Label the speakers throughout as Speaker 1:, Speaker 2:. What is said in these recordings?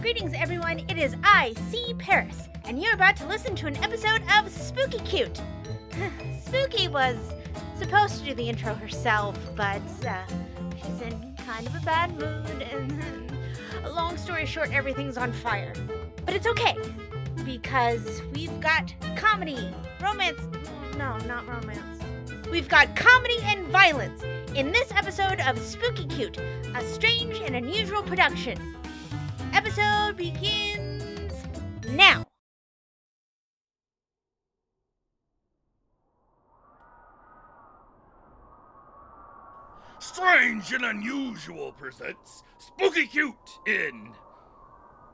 Speaker 1: Greetings, everyone. It is I, C. Paris, and you're about to listen to an episode of Spooky Cute. Spooky was supposed to do the intro herself, but uh, she's in kind of a bad mood, and long story short, everything's on fire. But it's okay, because we've got comedy, romance. No, not romance. We've got comedy and violence in this episode of Spooky Cute, a strange and unusual production. Episode begins now.
Speaker 2: Strange and Unusual presents Spooky Cute in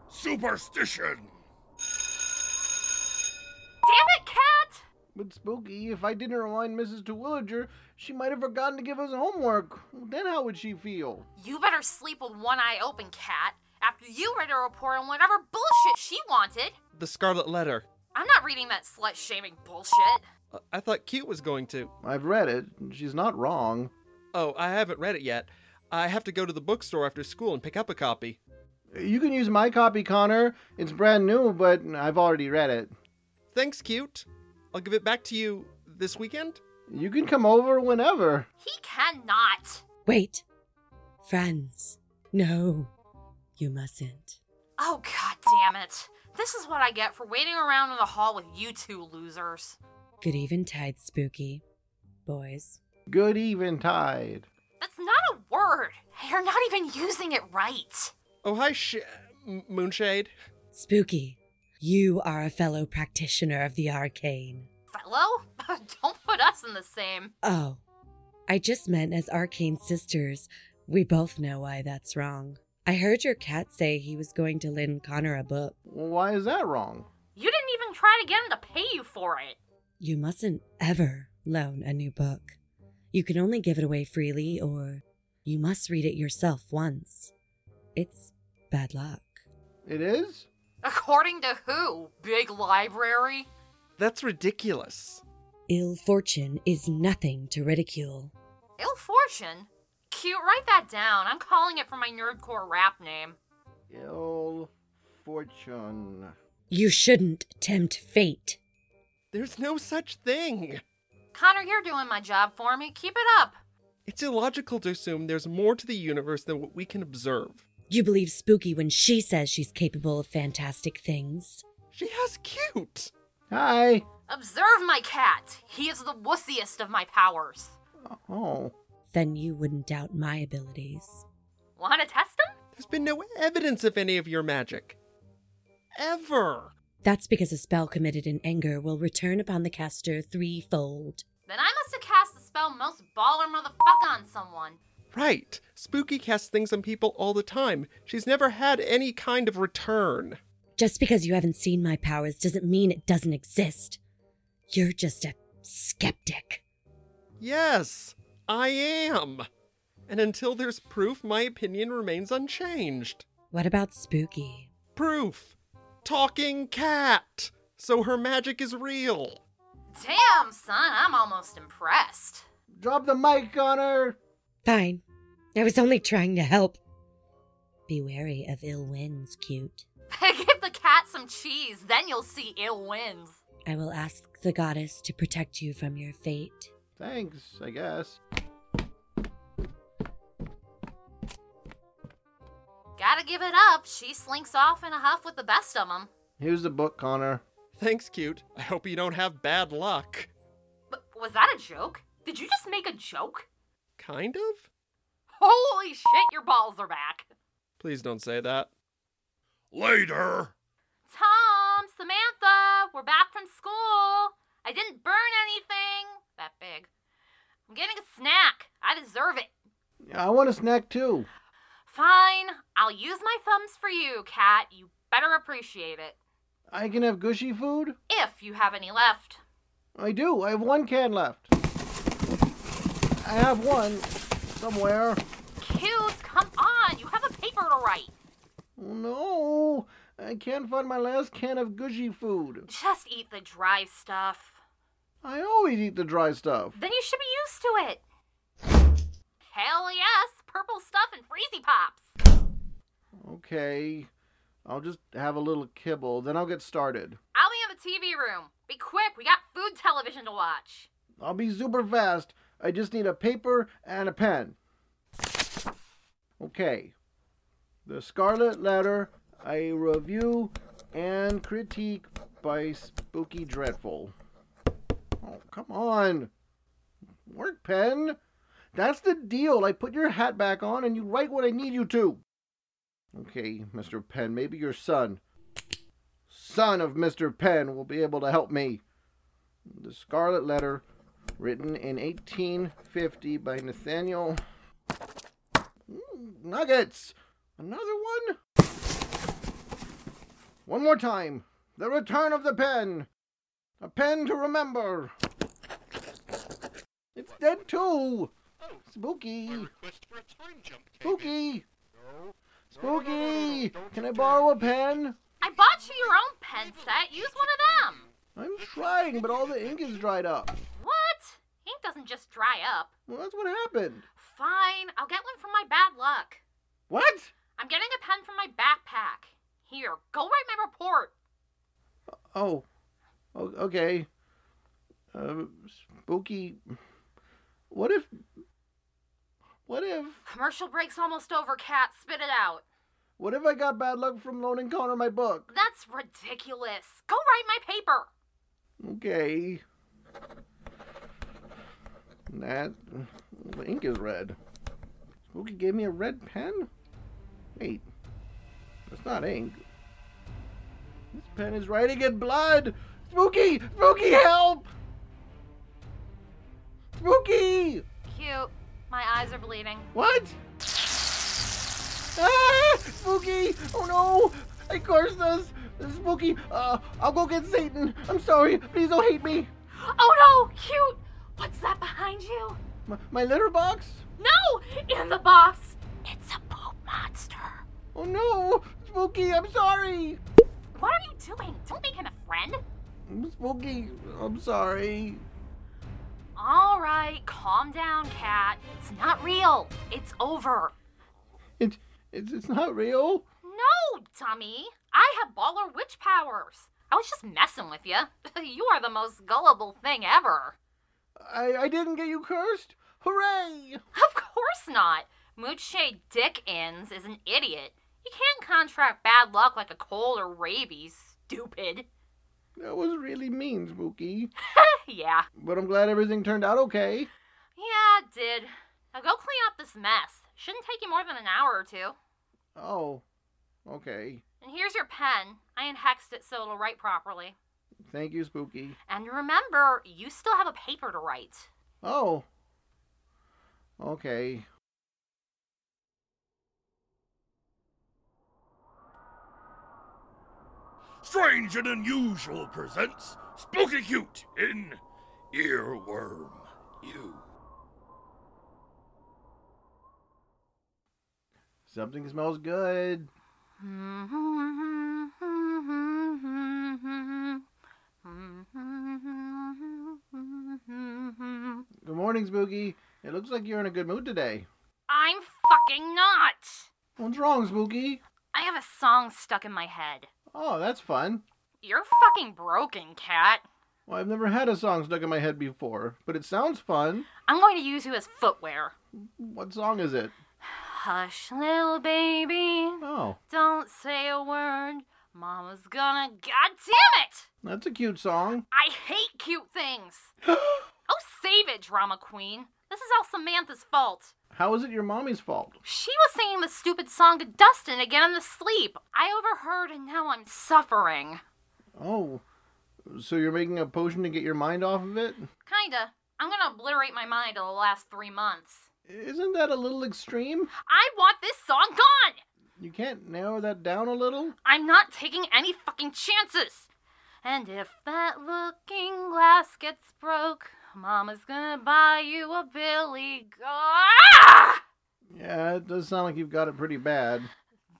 Speaker 2: Superstition.
Speaker 3: Damn it, Cat!
Speaker 4: But Spooky, if I didn't remind Mrs. Terwilliger, she might have forgotten to give us homework. Then how would she feel?
Speaker 3: You better sleep with one eye open, Cat. After you read a report on whatever bullshit she wanted.
Speaker 5: The Scarlet Letter.
Speaker 3: I'm not reading that slut shaming bullshit.
Speaker 5: Uh, I thought Cute was going to.
Speaker 4: I've read it. She's not wrong.
Speaker 5: Oh, I haven't read it yet. I have to go to the bookstore after school and pick up a copy.
Speaker 4: You can use my copy, Connor. It's brand new, but I've already read it.
Speaker 5: Thanks, Cute. I'll give it back to you this weekend.
Speaker 4: You can come over whenever.
Speaker 3: He cannot.
Speaker 6: Wait. Friends. No. You mustn't.
Speaker 3: Oh, god damn it. This is what I get for waiting around in the hall with you two losers.
Speaker 6: Good eventide, spooky. Boys.
Speaker 4: Good eventide.
Speaker 3: That's not a word. You're not even using it right.
Speaker 5: Oh, hi, sh- M- Moonshade.
Speaker 6: Spooky. You are a fellow practitioner of the arcane.
Speaker 3: Fellow? Don't put us in the same.
Speaker 6: Oh. I just meant as arcane sisters. We both know why that's wrong. I heard your cat say he was going to lend Connor a book.
Speaker 4: Why is that wrong?
Speaker 3: You didn't even try to get him to pay you for it.
Speaker 6: You mustn't ever loan a new book. You can only give it away freely, or you must read it yourself once. It's bad luck.
Speaker 4: It is?
Speaker 3: According to who? Big library?
Speaker 5: That's ridiculous.
Speaker 6: Ill fortune is nothing to ridicule.
Speaker 3: Ill fortune? Cute, write that down. I'm calling it for my nerdcore rap name.
Speaker 4: Ill fortune.
Speaker 6: You shouldn't tempt fate.
Speaker 5: There's no such thing.
Speaker 3: Connor, you're doing my job for me. Keep it up.
Speaker 5: It's illogical to assume there's more to the universe than what we can observe.
Speaker 6: You believe Spooky when she says she's capable of fantastic things.
Speaker 5: She has Cute.
Speaker 4: Hi.
Speaker 3: Observe my cat. He is the wussiest of my powers.
Speaker 4: Oh.
Speaker 6: Then you wouldn't doubt my abilities.
Speaker 3: Want to test him?
Speaker 5: There's been no evidence of any of your magic. Ever.
Speaker 6: That's because a spell committed in anger will return upon the caster threefold.
Speaker 3: Then I must have cast the spell most baller motherfucker on someone.
Speaker 5: Right. Spooky casts things on people all the time. She's never had any kind of return.
Speaker 6: Just because you haven't seen my powers doesn't mean it doesn't exist. You're just a skeptic.
Speaker 5: Yes, I am. And until there's proof, my opinion remains unchanged.
Speaker 6: What about Spooky?
Speaker 5: Proof. Talking cat. So her magic is real.
Speaker 3: Damn, son, I'm almost impressed.
Speaker 4: Drop the mic, Connor.
Speaker 6: Fine. I was only trying to help. Be wary of ill winds, cute.
Speaker 3: Give the cat some cheese, then you'll see ill wins.
Speaker 6: I will ask the goddess to protect you from your fate.
Speaker 4: Thanks, I guess.
Speaker 3: Gotta give it up. She slinks off in a huff with the best of 'em.
Speaker 4: Here's the book, Connor.
Speaker 5: Thanks, cute. I hope you don't have bad luck.
Speaker 3: But was that a joke? Did you just make a joke?
Speaker 5: Kind of?
Speaker 3: Holy shit, your balls are back.
Speaker 5: Please don't say that.
Speaker 2: Later.
Speaker 3: Tom, Samantha, we're back from school. I didn't burn anything that big. I'm getting a snack. I deserve it.
Speaker 4: I want a snack too.
Speaker 3: Fine, I'll use my thumbs for you, Cat. You better appreciate it.
Speaker 4: I can have gushy food?
Speaker 3: If you have any left.
Speaker 4: I do. I have one can left. I have one somewhere.
Speaker 3: Cute, come on. You have a paper to write.
Speaker 4: No, I can't find my last can of gushy food.
Speaker 3: Just eat the dry stuff.
Speaker 4: I always eat the dry stuff.
Speaker 3: Then you should be used to it. Hell yes, purple stuff and freezy pops.
Speaker 4: Okay. I'll just have a little kibble, then I'll get started.
Speaker 3: I'll be in the TV room. Be quick, we got food television to watch.
Speaker 4: I'll be super fast. I just need a paper and a pen. Okay. The Scarlet Letter, a review and critique by Spooky Dreadful. Oh, come on. Work, pen. That's the deal. I put your hat back on and you write what I need you to. Okay, Mr. Penn, maybe your son, son of Mr. Penn, will be able to help me. The Scarlet Letter, written in 1850 by Nathaniel. Mm, Nuggets! Another one? One more time. The Return of the Pen. A pen to remember. It's dead too. Spooky.
Speaker 2: request for a time jump
Speaker 4: Spooky. Spooky. Can I borrow a pen?
Speaker 3: I bought you your own pen set. Use one of them.
Speaker 4: I'm trying, but all the ink is dried up.
Speaker 3: What? Ink doesn't just dry up.
Speaker 4: Well, that's what happened.
Speaker 3: Fine, I'll get one from my bad luck.
Speaker 4: What?
Speaker 3: I'm getting a pen from my backpack. Here, go write my report.
Speaker 4: Oh, o- okay. Uh, spooky. What if? What if?
Speaker 3: Commercial break's almost over, cat. Spit it out.
Speaker 4: What if I got bad luck from loaning Connor my book?
Speaker 3: That's ridiculous. Go write my paper.
Speaker 4: Okay. That the ink is red. Spooky gave me a red pen. Wait, that's not ink. This pen is writing in blood. Spooky, spooky, help! Spooky.
Speaker 3: Cute. My eyes are bleeding.
Speaker 4: What? Ah! Spooky! Oh no! I cursed us! Spooky! Uh, I'll go get Satan! I'm sorry! Please don't hate me!
Speaker 3: Oh no, cute. What's that behind you?
Speaker 4: My, my litter box?
Speaker 3: No, in the box. It's a poop monster.
Speaker 4: Oh no! Spooky, I'm sorry!
Speaker 3: What are you doing? Don't make him a friend.
Speaker 4: Spooky, I'm sorry.
Speaker 3: All right, calm down, cat. It's not real. It's over.
Speaker 4: It, it's, it's not real.
Speaker 3: No, dummy. I have baller witch powers. I was just messing with you. you are the most gullible thing ever.
Speaker 4: I, I didn't get you cursed. Hooray!
Speaker 3: Of course not. Moodshay Dick Inns is an idiot. You can't contract bad luck like a cold or rabies. Stupid.
Speaker 4: That was really mean, Spooky.
Speaker 3: yeah.
Speaker 4: But I'm glad everything turned out okay.
Speaker 3: Yeah, it did. Now go clean up this mess. Shouldn't take you more than an hour or two.
Speaker 4: Oh, okay.
Speaker 3: And here's your pen. I unhexed it so it'll write properly.
Speaker 4: Thank you, Spooky.
Speaker 3: And remember, you still have a paper to write.
Speaker 4: Oh. Okay.
Speaker 2: Strange and Unusual presents Spooky Cute in Earworm You.
Speaker 4: Something smells good.
Speaker 3: I'm
Speaker 4: Good morning, Spooky. It looks like you're in a good mood today.
Speaker 3: fucking not!
Speaker 4: What's wrong, Spooky?
Speaker 3: I have a song stuck in my head.
Speaker 4: Oh, that's fun.
Speaker 3: You're fucking broken, cat.
Speaker 4: Well, I've never had a song stuck in my head before, but it sounds fun.
Speaker 3: I'm going to use you as footwear.
Speaker 4: What song is it?
Speaker 3: Hush, little baby.
Speaker 4: Oh,
Speaker 3: Don't say a word. Mama's gonna. God damn it!
Speaker 4: that's a cute song.
Speaker 3: I hate cute things. oh, save it, drama queen. This is all Samantha's fault.
Speaker 4: How is it your mommy's fault?
Speaker 3: She was singing the stupid song to Dustin again in the sleep. I overheard and now I'm suffering.
Speaker 4: Oh, so you're making a potion to get your mind off of it?
Speaker 3: Kinda. I'm gonna obliterate my mind in the last three months.
Speaker 4: Isn't that a little extreme?
Speaker 3: I want this song gone!
Speaker 4: You can't narrow that down a little?
Speaker 3: I'm not taking any fucking chances. And if that looking glass gets broke, Mama's gonna buy you a Billy Go. Ah!
Speaker 4: Yeah, it does sound like you've got it pretty bad.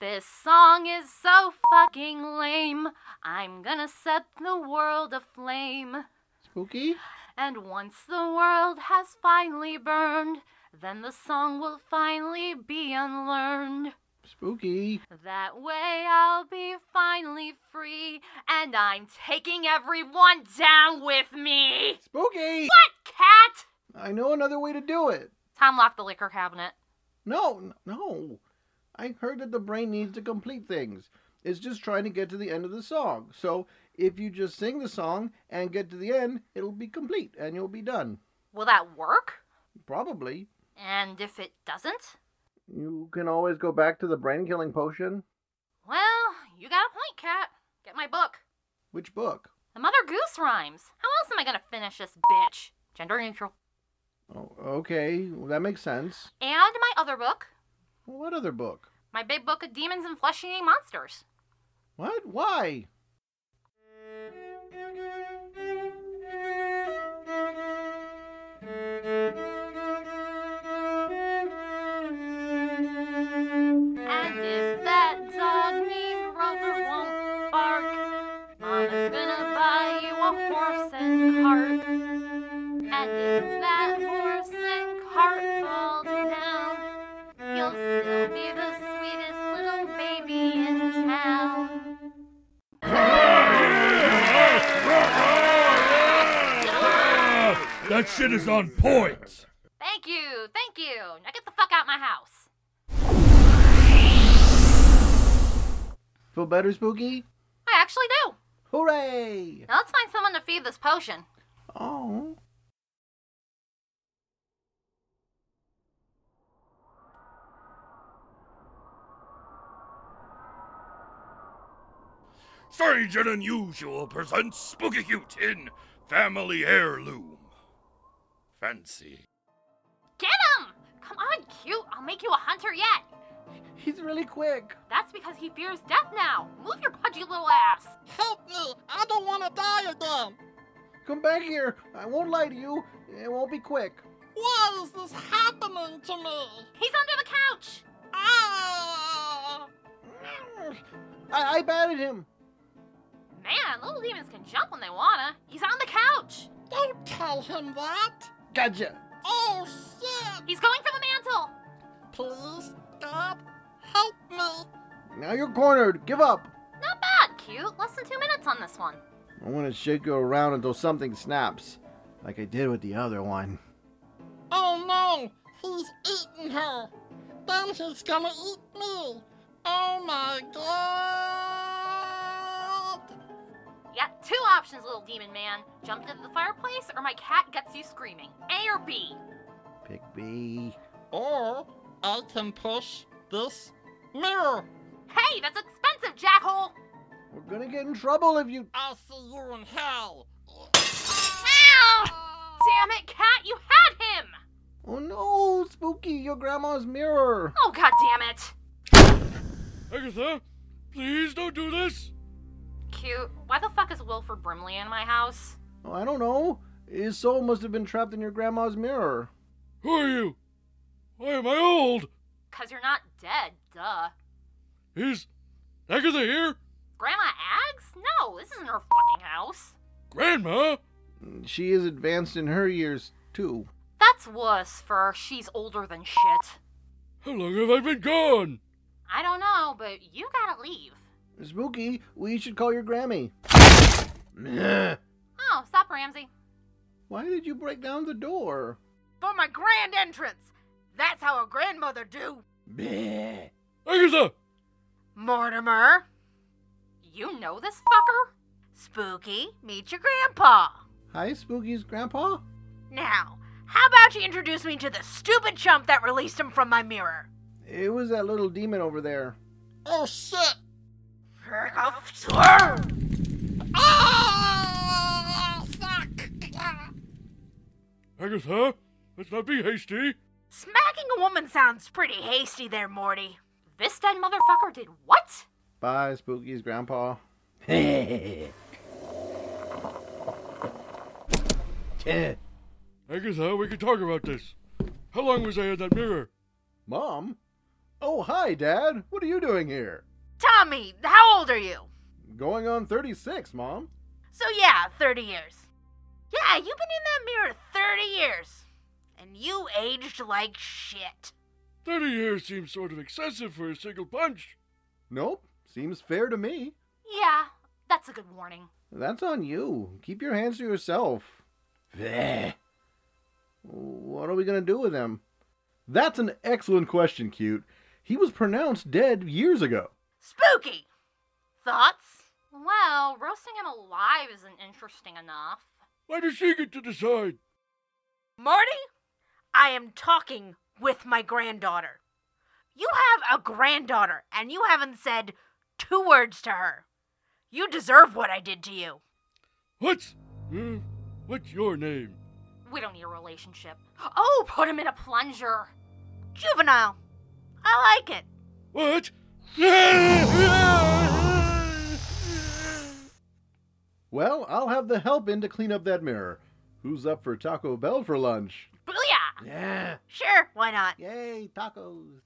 Speaker 3: This song is so fucking lame. I'm gonna set the world aflame.
Speaker 4: Spooky?
Speaker 3: And once the world has finally burned, then the song will finally be unlearned.
Speaker 4: Spooky.
Speaker 3: That way I'll be finally free, and I'm taking everyone down with me!
Speaker 4: Spooky!
Speaker 3: What, cat?
Speaker 4: I know another way to do it.
Speaker 3: Tom locked the liquor cabinet.
Speaker 4: No, n- no. I heard that the brain needs to complete things. It's just trying to get to the end of the song. So if you just sing the song and get to the end, it'll be complete and you'll be done.
Speaker 3: Will that work?
Speaker 4: Probably.
Speaker 3: And if it doesn't?
Speaker 4: You can always go back to the brain killing potion.
Speaker 3: Well, you got a point, cat. Get my book.
Speaker 4: Which book?
Speaker 3: The Mother Goose Rhymes. How else am I gonna finish this bitch? Gender neutral.
Speaker 4: Oh, okay, well, that makes sense.
Speaker 3: And my other book,
Speaker 4: Well, what other book?
Speaker 3: my big book of demons and flesh eating monsters.
Speaker 4: What? Why?
Speaker 3: And if that dog named Rover won't bark, Mama's gonna buy you a horse and cart. And if that horse and cart fall down, you'll still be the sweetest little baby in town.
Speaker 2: Ah, That shit is on point.
Speaker 3: Thank you, thank you. Now get the fuck out my house.
Speaker 4: Feel better, Spooky?
Speaker 3: I actually do.
Speaker 4: Hooray!
Speaker 3: Now let's find someone to feed this potion.
Speaker 4: Oh.
Speaker 2: Strange and Unusual presents Spooky Cute in Family Heirloom. Fancy.
Speaker 3: Get him! Come on, cute. I'll make you a hunter yet.
Speaker 4: He's really quick.
Speaker 3: That's because he fears death now. Move your pudgy little ass.
Speaker 7: Help me! I don't want to die again!
Speaker 4: Come back here. I won't lie to you. It won't be quick.
Speaker 7: Why is this happening to me?
Speaker 3: He's under the couch.
Speaker 7: Ah!
Speaker 4: I, I batted him.
Speaker 3: Man, little demons can jump when they wanna. He's on the couch.
Speaker 7: Don't tell him that!
Speaker 4: Gotcha.
Speaker 7: Oh shit!
Speaker 3: He's going for the mantle.
Speaker 7: Please, God, help me!
Speaker 4: Now you're cornered. Give up.
Speaker 3: Not bad, cute. Less than two minutes on this one.
Speaker 4: I want to shake you around until something snaps, like I did with the other one.
Speaker 7: Oh no! He's eating her! Then he's gonna eat me! Oh my god!
Speaker 3: Yeah, two options, little demon man. Jump into the fireplace, or my cat gets you screaming. A or B.
Speaker 4: Pick B.
Speaker 7: Or I can push this mirror!
Speaker 3: Hey, that's expensive, jackhole.
Speaker 4: We're gonna get in trouble if you.
Speaker 7: I'll see you in hell!
Speaker 3: Ow! Damn it, cat! You had him.
Speaker 4: Oh no, Spooky, your grandma's mirror.
Speaker 3: Oh god damn it.
Speaker 2: Agatha, please don't do this.
Speaker 3: Cute. Why the fuck is Wilford Brimley in my house?
Speaker 4: Oh, I don't know. His soul must have been trapped in your grandma's mirror.
Speaker 2: Who are you? Why am I old?
Speaker 3: Cause you're not dead, duh.
Speaker 2: Is Agatha here?
Speaker 3: Grandma Ags? No, this isn't her fucking house.
Speaker 2: Grandma?
Speaker 4: She is advanced in her years, too.
Speaker 3: That's wuss for she's older than shit.
Speaker 2: How long have I been gone?
Speaker 3: I don't know, but you gotta leave.
Speaker 4: Spooky, we should call your Grammy. Nah.
Speaker 3: Oh, stop, Ramsey.
Speaker 4: Why did you break down the door?
Speaker 8: for my grand entrance. That's how a grandmother do.
Speaker 4: Bleh.
Speaker 2: Agatha!
Speaker 8: Mortimer,
Speaker 3: You know this fucker?
Speaker 8: Spooky, meet your grandpa.
Speaker 4: Hi, Spooky's grandpa?
Speaker 8: Now, how about you introduce me to the stupid chump that released him from my mirror?
Speaker 4: It was that little demon over there.
Speaker 7: Oh shit!
Speaker 8: Swerve!
Speaker 7: Ah! Fuck! Ah.
Speaker 2: Agatha, let's not be hasty.
Speaker 8: Smacking a woman sounds pretty hasty there, Morty.
Speaker 3: This dead motherfucker did what?
Speaker 4: Bye, Spooky's grandpa. Yeah.
Speaker 2: Agatha, we can talk about this. How long was I in that mirror?
Speaker 4: Mom? Oh, hi, Dad. What are you doing here?
Speaker 8: Tommy, how old are you?
Speaker 4: Going on 36, Mom.
Speaker 8: So, yeah, 30 years. Yeah, you've been in that mirror 30 years. And you aged like shit.
Speaker 9: 30 years seems sort of excessive for a single punch.
Speaker 4: Nope, seems fair to me.
Speaker 3: Yeah, that's a good warning.
Speaker 4: That's on you. Keep your hands to yourself. Bleh. What are we going to do with him? That's an excellent question, Cute. He was pronounced dead years ago.
Speaker 1: Spooky! Thoughts?
Speaker 3: Well, roasting him alive isn't interesting enough.
Speaker 9: Why does she get to decide?
Speaker 1: Marty, I am talking with my granddaughter. You have a granddaughter, and you haven't said two words to her. You deserve what I did to you.
Speaker 9: What's. Hmm? what's your name?
Speaker 3: We don't need a relationship. Oh, put him in a plunger.
Speaker 1: Juvenile. I like it.
Speaker 9: What?
Speaker 4: Well, I'll have the help in to clean up that mirror. Who's up for Taco Bell for lunch?
Speaker 3: Booyah!
Speaker 4: Yeah.
Speaker 1: Sure, why not?
Speaker 4: Yay, tacos.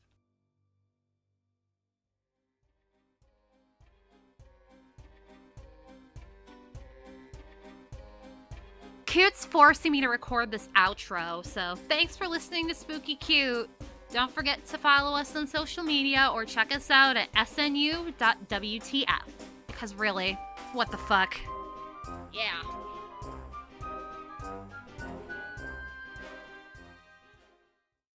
Speaker 3: Cute's forcing me to record this outro, so thanks for listening to Spooky Cute. Don't forget to follow us on social media or check us out at snu.wtf. Because really, what the fuck? Yeah.